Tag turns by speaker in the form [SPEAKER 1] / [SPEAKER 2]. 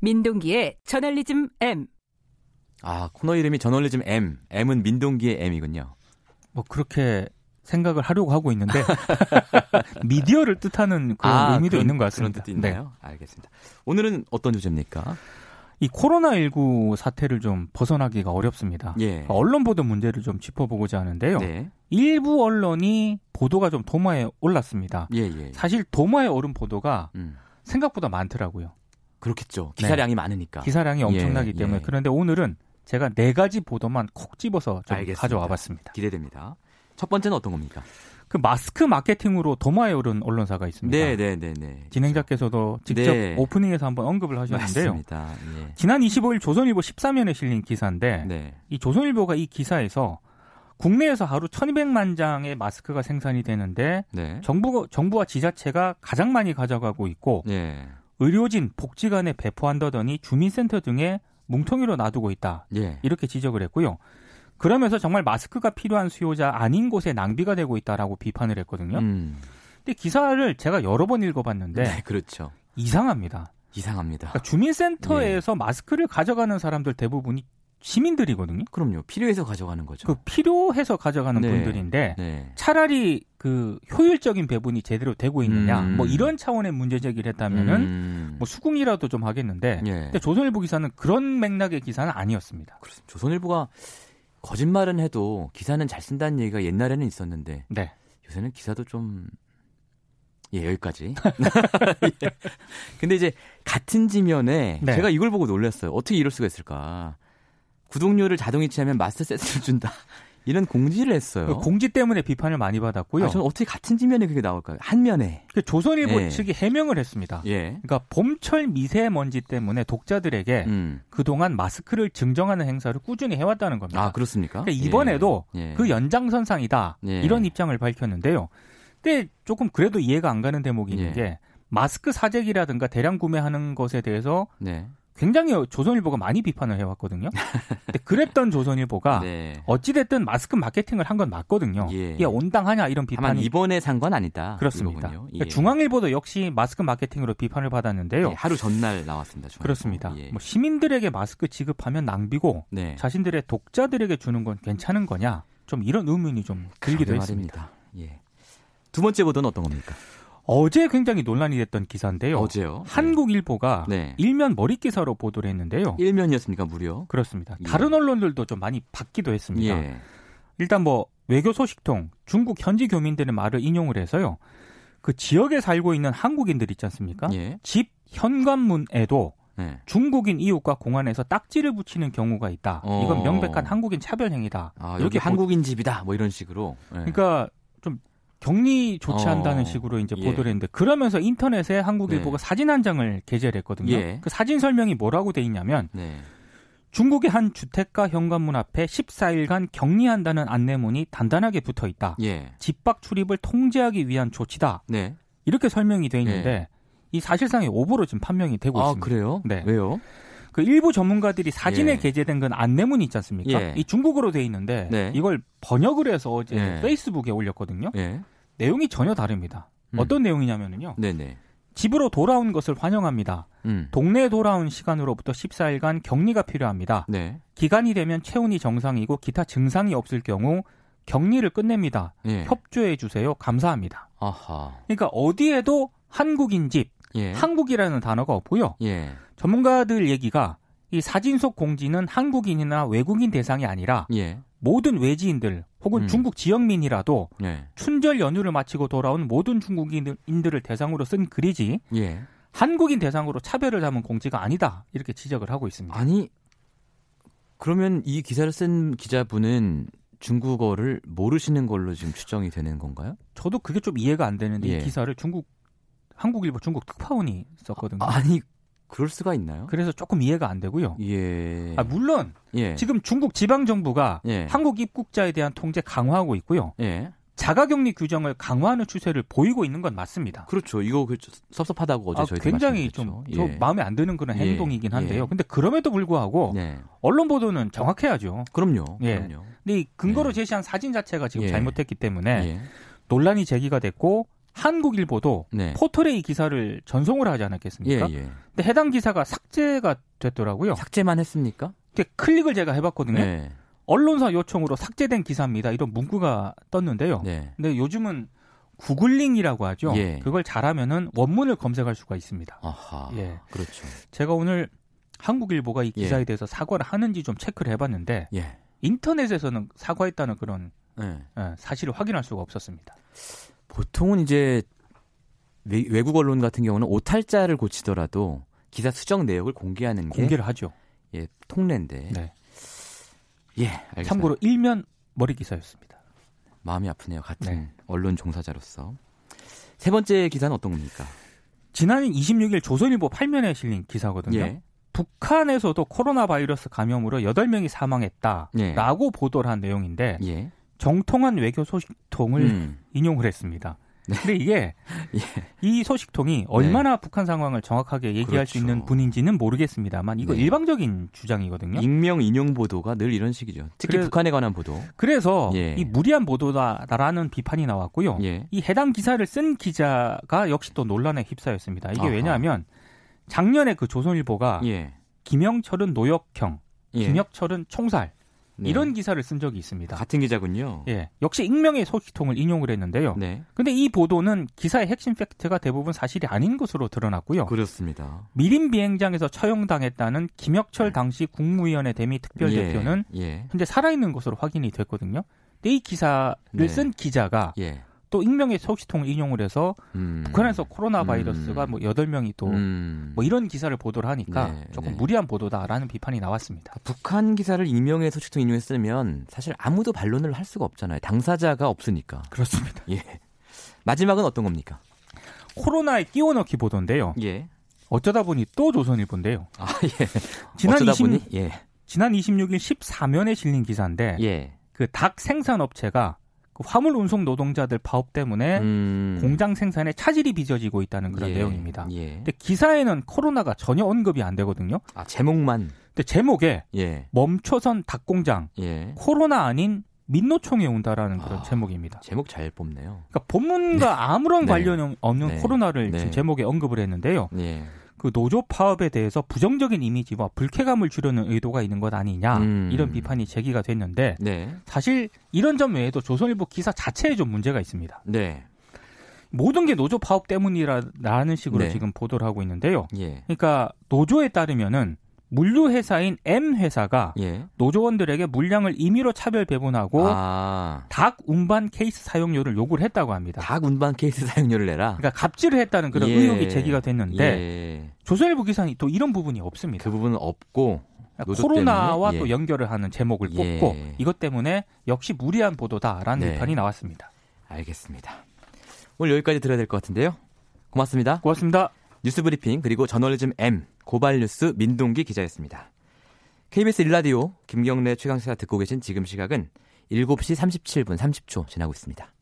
[SPEAKER 1] 민동기의 저널리즘 M.
[SPEAKER 2] 아, 코너 이름이 저널리즘 M. M은 민동기의 M이군요.
[SPEAKER 3] 뭐 그렇게 생각을 하려고 하고 있는데 미디어를 뜻하는 그런
[SPEAKER 2] 아,
[SPEAKER 3] 의미도
[SPEAKER 2] 그런-
[SPEAKER 3] 있는 것 같습니다. 네.
[SPEAKER 2] 그런 뜻도 있나요? 네. 알겠습니다. 오늘은 어떤 주제입니까?
[SPEAKER 3] 이 코로나19 사태를 좀 벗어나기가 어렵습니다. 그러니까
[SPEAKER 2] 예.
[SPEAKER 3] 언론 보도 문제를 좀 짚어보고자 하는데요.
[SPEAKER 2] 네.
[SPEAKER 3] 일부 언론이 보도가 좀 도마에 올랐습니다.
[SPEAKER 2] 예, 예.
[SPEAKER 3] 사실 도마에 오른 보도가
[SPEAKER 2] 음.
[SPEAKER 3] 생각보다 많더라고요.
[SPEAKER 2] 그렇겠죠. 네. 기사량이 많으니까.
[SPEAKER 3] 기사량이 엄청나기
[SPEAKER 2] 예,
[SPEAKER 3] 때문에.
[SPEAKER 2] 예.
[SPEAKER 3] 그런데 오늘은 제가 네 가지 보도만 콕 집어서 좀
[SPEAKER 2] 알겠습니다.
[SPEAKER 3] 가져와 봤습니다.
[SPEAKER 2] 기대됩니다. 첫 번째는 어떤 겁니까?
[SPEAKER 3] 그 마스크 마케팅으로 도마에 오른 언론사가 있습니다.
[SPEAKER 2] 네, 네, 네, 네.
[SPEAKER 3] 진행자께서도 직접
[SPEAKER 2] 네.
[SPEAKER 3] 오프닝에서 한번 언급을 하셨는데요.
[SPEAKER 2] 맞습니다. 예.
[SPEAKER 3] 지난 25일 조선일보 13면에 실린 기사인데
[SPEAKER 2] 네.
[SPEAKER 3] 이 조선일보가 이 기사에서 국내에서 하루 1200만 장의 마스크가 생산이 되는데
[SPEAKER 2] 네.
[SPEAKER 3] 정부, 정부와 지자체가 가장 많이 가져가고 있고
[SPEAKER 2] 예.
[SPEAKER 3] 의료진, 복지관에 배포한다더니 주민센터 등에 뭉텅이로 놔두고 있다.
[SPEAKER 2] 예.
[SPEAKER 3] 이렇게 지적을 했고요. 그러면서 정말 마스크가 필요한 수요자 아닌 곳에 낭비가 되고 있다라고 비판을 했거든요.
[SPEAKER 2] 음.
[SPEAKER 3] 근데 기사를 제가 여러 번
[SPEAKER 2] 네. 아,
[SPEAKER 3] 읽어봤는데
[SPEAKER 2] 그렇죠.
[SPEAKER 3] 이상합니다.
[SPEAKER 2] 이상합니다.
[SPEAKER 3] 그러니까 주민센터에서
[SPEAKER 2] 네.
[SPEAKER 3] 마스크를 가져가는 사람들 대부분이 시민들이거든요.
[SPEAKER 2] 그럼요. 필요해서 가져가는 거죠.
[SPEAKER 3] 그 필요해서 가져가는
[SPEAKER 2] 그렇죠. 네.
[SPEAKER 3] 분들인데
[SPEAKER 2] 네.
[SPEAKER 3] 차라리 그 효율적인 배분이 제대로 되고 있느냐
[SPEAKER 2] 음.
[SPEAKER 3] 뭐 이런 차원의 문제 제기를 했다면은
[SPEAKER 2] 음.
[SPEAKER 3] 뭐 수긍이라도 좀 하겠는데
[SPEAKER 2] 예.
[SPEAKER 3] 근데 조선일보 기사는 그런 맥락의 기사는 아니었습니다.
[SPEAKER 2] 그렇습니다. 조선일보가 거짓말은 해도 기사는 잘 쓴다는 얘기가 옛날에는 있었는데
[SPEAKER 3] 네.
[SPEAKER 2] 요새는 기사도 좀 예, 여기까지. 예. 근데 이제 같은 지면에
[SPEAKER 3] 네.
[SPEAKER 2] 제가 이걸 보고 놀랐어요. 어떻게 이럴 수가 있을까? 구독료를 자동이체하면 마스터 세트를 준다. 이런 공지를 했어요.
[SPEAKER 3] 그 공지 때문에 비판을 많이 받았고요.
[SPEAKER 2] 아, 저는 어떻게 같은 지면에 그게 나올까요? 한 면에.
[SPEAKER 3] 그 조선일보
[SPEAKER 2] 예.
[SPEAKER 3] 측이 해명을 했습니다.
[SPEAKER 2] 예.
[SPEAKER 3] 그러니까 봄철 미세먼지 때문에 독자들에게
[SPEAKER 2] 음.
[SPEAKER 3] 그동안 마스크를 증정하는 행사를 꾸준히 해왔다는 겁니다.
[SPEAKER 2] 아, 그렇습니까?
[SPEAKER 3] 그러니까 이번에도
[SPEAKER 2] 예.
[SPEAKER 3] 그 연장선상이다
[SPEAKER 2] 예.
[SPEAKER 3] 이런 입장을 밝혔는데요. 근데 조금 그래도 이해가 안 가는 대목이 있는
[SPEAKER 2] 예.
[SPEAKER 3] 게 마스크 사재기라든가 대량 구매하는 것에 대해서
[SPEAKER 2] 네.
[SPEAKER 3] 굉장히 조선일보가 많이 비판을 해왔거든요. 근데 그랬던 조선일보가
[SPEAKER 2] 네.
[SPEAKER 3] 어찌됐든 마스크 마케팅을 한 건 맞거든요.
[SPEAKER 2] 예.
[SPEAKER 3] 이게 온당하냐
[SPEAKER 2] 다만
[SPEAKER 3] 이런 비판이
[SPEAKER 2] 이번에 산 건 아니다.
[SPEAKER 3] 그렇습니다.
[SPEAKER 2] 이거군요.
[SPEAKER 3] 그러니까
[SPEAKER 2] 예.
[SPEAKER 3] 중앙일보도 역시 마스크 마케팅으로 비판을 받았는데요.
[SPEAKER 2] 예, 하루 전날 나왔습니다. 중앙일보.
[SPEAKER 3] 그렇습니다.
[SPEAKER 2] 예.
[SPEAKER 3] 뭐 시민들에게 마스크 지급하면 낭비고
[SPEAKER 2] 네.
[SPEAKER 3] 자신들의 독자들에게 주는 건 괜찮은 거냐? 좀 이런 의문이 좀 들기도
[SPEAKER 2] 그러게
[SPEAKER 3] 했습니다.
[SPEAKER 2] 말입니다. 예. 두 번째 보도는 어떤 겁니까?
[SPEAKER 3] 어제 굉장히 논란이 됐던 기사인데요.
[SPEAKER 2] 어제요.
[SPEAKER 3] 네, 한국일보가
[SPEAKER 2] 네.
[SPEAKER 3] 일면 머릿 기사로 보도를 했는데요.
[SPEAKER 2] 일면이었습니까 무려?
[SPEAKER 3] 그렇습니다.
[SPEAKER 2] 예.
[SPEAKER 3] 다른 언론들도 좀 많이 받기도 했습니다.
[SPEAKER 2] 예.
[SPEAKER 3] 일단 뭐 외교 소식통 중국 현지 교민들의 말을 인용을 해서요. 그 지역에 살고 있는 한국인들 있지 않습니까?
[SPEAKER 2] 예.
[SPEAKER 3] 집 현관문에도
[SPEAKER 2] 네.
[SPEAKER 3] 중국인 이웃과 공안에서 딱지를 붙이는 경우가 있다.
[SPEAKER 2] 어.
[SPEAKER 3] 이건 명백한 한국인 차별 행위다.
[SPEAKER 2] 아, 여기
[SPEAKER 3] 보-
[SPEAKER 2] 한국인 집이다. 뭐 이런 식으로. 예.
[SPEAKER 3] 그러니까 좀 격리 조치한다는
[SPEAKER 2] 어.
[SPEAKER 3] 식으로 이제
[SPEAKER 2] 예. 네.
[SPEAKER 3] 보도를 했는데 그러면서 인터넷에 한국일보가 사진 한 장을 게재를 했거든요.
[SPEAKER 2] 예.
[SPEAKER 3] 그 사진 설명이 뭐라고 돼 있냐면
[SPEAKER 2] 네.
[SPEAKER 3] 중국의 한 주택가 현관문 앞에 14일간 격리한다는 안내문이 단단하게 붙어 있다.
[SPEAKER 2] 예.
[SPEAKER 3] 집 밖 출입을 통제하기 위한 조치다.
[SPEAKER 2] 네.
[SPEAKER 3] 이렇게 설명이 돼 있는데 이 사실상의 오보로 지금 판명이 되고
[SPEAKER 2] 아
[SPEAKER 3] 있습니다.
[SPEAKER 2] 그래요?
[SPEAKER 3] 네.
[SPEAKER 2] 왜요?
[SPEAKER 3] 그 일부 전문가들이 사진에
[SPEAKER 2] 예.
[SPEAKER 3] 게재된 건 안내문이 있지 않습니까?
[SPEAKER 2] 예.
[SPEAKER 3] 이 중국어로 돼 있는데
[SPEAKER 2] 네.
[SPEAKER 3] 이걸 번역을 해서 어제
[SPEAKER 2] 예.
[SPEAKER 3] 페이스북에 올렸거든요.
[SPEAKER 2] 예.
[SPEAKER 3] 내용이 전혀 다릅니다.
[SPEAKER 2] 음.
[SPEAKER 3] 어떤 내용이냐면요.
[SPEAKER 2] 네네.
[SPEAKER 3] 집으로 돌아온 것을 환영합니다.
[SPEAKER 2] 음.
[SPEAKER 3] 동네에 돌아온 시간으로부터 14일간 격리가 필요합니다.
[SPEAKER 2] 네.
[SPEAKER 3] 기간이 되면 체온이 정상이고 기타 증상이 없을 경우 격리를 끝냅니다.
[SPEAKER 2] 예.
[SPEAKER 3] 협조해 주세요. 감사합니다.
[SPEAKER 2] 아하.
[SPEAKER 3] 그러니까 어디에도 한국인 집,
[SPEAKER 2] 예.
[SPEAKER 3] 한국이라는 단어가 없고요.
[SPEAKER 2] 예.
[SPEAKER 3] 전문가들 얘기가 이 사진 속 공지는 한국인이나 외국인 대상이 아니라
[SPEAKER 2] 예.
[SPEAKER 3] 모든 외지인들 혹은
[SPEAKER 2] 음.
[SPEAKER 3] 중국 지역민이라도
[SPEAKER 2] 예.
[SPEAKER 3] 춘절 연휴를 마치고 돌아온 모든 중국인들을 대상으로 쓴 글이지
[SPEAKER 2] 예.
[SPEAKER 3] 한국인 대상으로 차별을 담은 공지가 아니다 이렇게 지적을 하고 있습니다.
[SPEAKER 2] 아니 그러면 이 기사를 쓴 기자분은 중국어를 모르시는 걸로 지금 추정이 되는 건가요?
[SPEAKER 3] 저도 그게 좀 이해가 안 되는데
[SPEAKER 2] 예.
[SPEAKER 3] 이 기사를 중국 한국일보 중국 특파원이 썼거든요.
[SPEAKER 2] 아니 그럴 수가 있나요?
[SPEAKER 3] 그래서 조금 이해가 안 되고요.
[SPEAKER 2] 예.
[SPEAKER 3] 아, 물론
[SPEAKER 2] 예.
[SPEAKER 3] 지금 중국 지방 정부가
[SPEAKER 2] 예.
[SPEAKER 3] 한국 입국자에 대한 통제 강화하고 있고요.
[SPEAKER 2] 예.
[SPEAKER 3] 자가격리 규정을 강화하는 추세를 보이고 있는 건 맞습니다.
[SPEAKER 2] 그렇죠. 이거 그 섭섭하다고 어제 예.
[SPEAKER 3] 아,
[SPEAKER 2] 저희
[SPEAKER 3] 굉장히 좀 저 마음에 안 드는 그런
[SPEAKER 2] 예.
[SPEAKER 3] 행동이긴 한데요.
[SPEAKER 2] 예.
[SPEAKER 3] 근데 그럼에도 불구하고
[SPEAKER 2] 네.
[SPEAKER 3] 언론 보도는 정확해야죠.
[SPEAKER 2] 그럼요.
[SPEAKER 3] 예.
[SPEAKER 2] 그럼요.
[SPEAKER 3] 근데 이 근거로
[SPEAKER 2] 예.
[SPEAKER 3] 제시한 사진 자체가 지금
[SPEAKER 2] 예.
[SPEAKER 3] 잘못했기 때문에
[SPEAKER 2] 예.
[SPEAKER 3] 논란이 제기가 됐고 한국일보도
[SPEAKER 2] 네.
[SPEAKER 3] 포털에 이 기사를 전송을 하지
[SPEAKER 2] 예,
[SPEAKER 3] 않았겠습니까?
[SPEAKER 2] 예.
[SPEAKER 3] 근데 해당 기사가 삭제가 됐더라고요.
[SPEAKER 2] 삭제만 했습니까?
[SPEAKER 3] 이렇게 클릭을 제가 해봤거든요.
[SPEAKER 2] 네.
[SPEAKER 3] 언론사 요청으로 삭제된 기사입니다. 이런 문구가 떴는데요.
[SPEAKER 2] 네.
[SPEAKER 3] 근데 요즘은 구글링이라고 하죠.
[SPEAKER 2] 예.
[SPEAKER 3] 그걸 잘하면은 원문을 검색할 수가 있습니다.
[SPEAKER 2] 아하.
[SPEAKER 3] 예.
[SPEAKER 2] 그렇죠.
[SPEAKER 3] 제가 오늘 한국일보가 이 기사에
[SPEAKER 2] 예.
[SPEAKER 3] 대해서 사과를 하는지 좀 체크를 해봤는데
[SPEAKER 2] 예.
[SPEAKER 3] 인터넷에서는 사과했다는 그런
[SPEAKER 2] 예.
[SPEAKER 3] 예, 사실을 확인할 수가 없었습니다.
[SPEAKER 2] 네. 보통은 이제 외- 외국 언론 같은 경우는 오탈자를 고치더라도 기사 수정 내역을 공개하는 게
[SPEAKER 3] 공개를 하죠.
[SPEAKER 2] 예, 통례인데.
[SPEAKER 3] 네.
[SPEAKER 2] 예, 알겠습니다.
[SPEAKER 3] 참고로 일면 머리 기사였습니다.
[SPEAKER 2] 마음이 아프네요. 같은
[SPEAKER 3] 네.
[SPEAKER 2] 언론 종사자로서. 세 번째 기사는 어떤 겁니까?
[SPEAKER 3] 지난 26일 조선일보 8면에 실린 기사거든요.
[SPEAKER 2] 예.
[SPEAKER 3] 북한에서도 코로나 바이러스 감염으로 8명이
[SPEAKER 2] 예.
[SPEAKER 3] 사망했다라고 보도를 한 내용인데
[SPEAKER 2] 예.
[SPEAKER 3] 정통한 외교 소식통을
[SPEAKER 2] 음. 네.
[SPEAKER 3] 인용을 했습니다. 근데 이게
[SPEAKER 2] 예. 네.
[SPEAKER 3] 이 소식통이 얼마나 북한 상황을 정확하게 얘기할 수
[SPEAKER 2] 그렇죠.
[SPEAKER 3] 있는 분인지는 모르겠습니다만 이거
[SPEAKER 2] 네.
[SPEAKER 3] 일방적인 주장이거든요.
[SPEAKER 2] 익명 인용 보도가 늘 이런 식이죠. 특히
[SPEAKER 3] 그래-
[SPEAKER 2] 북한에 관한 보도.
[SPEAKER 3] 그래서
[SPEAKER 2] 예.
[SPEAKER 3] 이 무리한 보도다라는 비판이 나왔고요.
[SPEAKER 2] 예.
[SPEAKER 3] 이 해당 기사를 쓴 기자가 역시 또 논란에 휩싸였습니다. 이게
[SPEAKER 2] 아하.
[SPEAKER 3] 왜냐하면 작년에 그 조선일보가
[SPEAKER 2] 예.
[SPEAKER 3] 김영철은 노역형,
[SPEAKER 2] 예.
[SPEAKER 3] 김혁철은 총살
[SPEAKER 2] 네.
[SPEAKER 3] 이런 기사를 쓴 적이 있습니다.
[SPEAKER 2] 같은 기자군요.
[SPEAKER 3] 예, 어. 역시 익명의 소식통을 인용을 했는데요.
[SPEAKER 2] 네.
[SPEAKER 3] 근데 이 보도는 기사의 핵심 팩트가 대부분 사실이 아닌 것으로 드러났고요.
[SPEAKER 2] 그렇습니다.
[SPEAKER 3] 미림 비행장에서 처형당했다는 김혁철 당시 국무위원회 대미 특별대표는
[SPEAKER 2] 네. 예. 예.
[SPEAKER 3] 현재 살아있는 것으로 확인이 됐거든요. 근데 이 기사를
[SPEAKER 2] 네.
[SPEAKER 3] 쓴 기자가
[SPEAKER 2] 예.
[SPEAKER 3] 또 익명의 소식통을 인용을 해서
[SPEAKER 2] 음.
[SPEAKER 3] 북한에서 코로나 바이러스가
[SPEAKER 2] 음.
[SPEAKER 3] 뭐 8명이 또 뭐
[SPEAKER 2] 음.
[SPEAKER 3] 이런 기사를 보도를 하니까
[SPEAKER 2] 네,
[SPEAKER 3] 조금
[SPEAKER 2] 네.
[SPEAKER 3] 무리한 보도다라는 비판이 나왔습니다.
[SPEAKER 2] 아, 북한 기사를 익명의 소식통 인용했으면 사실 아무도 반론을 할 수가 없잖아요. 당사자가 없으니까.
[SPEAKER 3] 그렇습니다.
[SPEAKER 2] 예. 마지막은 어떤 겁니까?
[SPEAKER 3] 코로나에 끼워넣기 보도인데요.
[SPEAKER 2] 예.
[SPEAKER 3] 어쩌다 보니 또 조선일보인데요.
[SPEAKER 2] 아, 예.
[SPEAKER 3] 지난,
[SPEAKER 2] 어쩌다
[SPEAKER 3] 20,
[SPEAKER 2] 보니 예.
[SPEAKER 3] 지난 26일 14면에 실린 기사인데
[SPEAKER 2] 예.
[SPEAKER 3] 그 닭 생산업체가 그 화물 운송 노동자들 파업 때문에
[SPEAKER 2] 음.
[SPEAKER 3] 공장 생산에 차질이 빚어지고 있다는 그런
[SPEAKER 2] 예.
[SPEAKER 3] 내용입니다.
[SPEAKER 2] 예.
[SPEAKER 3] 근데 기사에는 코로나가 전혀 언급이 안 되거든요.
[SPEAKER 2] 아, 제목만.
[SPEAKER 3] 근데 제목에
[SPEAKER 2] 예.
[SPEAKER 3] 멈춰선 닭공장
[SPEAKER 2] 예.
[SPEAKER 3] 코로나 아닌 민노총에 온다라는 그런
[SPEAKER 2] 아.
[SPEAKER 3] 제목입니다.
[SPEAKER 2] 제목 잘 뽑네요.
[SPEAKER 3] 그러니까 본문과 아무런
[SPEAKER 2] 네.
[SPEAKER 3] 관련 없는
[SPEAKER 2] 네.
[SPEAKER 3] 코로나를
[SPEAKER 2] 네.
[SPEAKER 3] 지금 제목에 언급을 했는데요.
[SPEAKER 2] 예.
[SPEAKER 3] 그 노조 파업에 대해서 부정적인 이미지와 불쾌감을 주려는 의도가 있는 것 아니냐
[SPEAKER 2] 음.
[SPEAKER 3] 이런 비판이 제기가 됐는데
[SPEAKER 2] 네.
[SPEAKER 3] 사실 이런 점 외에도 조선일보 기사 자체에 좀 문제가 있습니다.
[SPEAKER 2] 네.
[SPEAKER 3] 모든 게 노조 파업 때문이라는 식으로
[SPEAKER 2] 네.
[SPEAKER 3] 지금 보도를 하고 있는데요.
[SPEAKER 2] 예.
[SPEAKER 3] 그러니까 노조에 따르면은 물류 회사인 M 회사가
[SPEAKER 2] 예.
[SPEAKER 3] 노조원들에게 물량을 임의로 차별 배분하고
[SPEAKER 2] 아.
[SPEAKER 3] 닭 운반 케이스 사용료를 요구를 했다고 합니다.
[SPEAKER 2] 닭 운반 케이스 사용료를 내라.
[SPEAKER 3] 그러니까 갑질을 했다는 그런
[SPEAKER 2] 예.
[SPEAKER 3] 의혹이 제기가 됐는데
[SPEAKER 2] 예.
[SPEAKER 3] 조선일보 기사는 또 이런 부분이 없습니다.
[SPEAKER 2] 그 부분은 없고 노조
[SPEAKER 3] 그러니까 코로나와
[SPEAKER 2] 때문에?
[SPEAKER 3] 또
[SPEAKER 2] 예.
[SPEAKER 3] 연결을 하는 제목을
[SPEAKER 2] 예.
[SPEAKER 3] 뽑고 이것 때문에 역시 무리한 보도다라는
[SPEAKER 2] 네.
[SPEAKER 3] 비판이 나왔습니다.
[SPEAKER 2] 알겠습니다. 오늘 여기까지 들어야 될 것 같은데요. 고맙습니다.
[SPEAKER 3] 고맙습니다.
[SPEAKER 2] 뉴스 브리핑 그리고 저널리즘 M 고발뉴스 민동기 기자였습니다. KBS 일라디오 김경래 최강시사 듣고 계신 지금 시각은 7시 37분 30초 지나고 있습니다.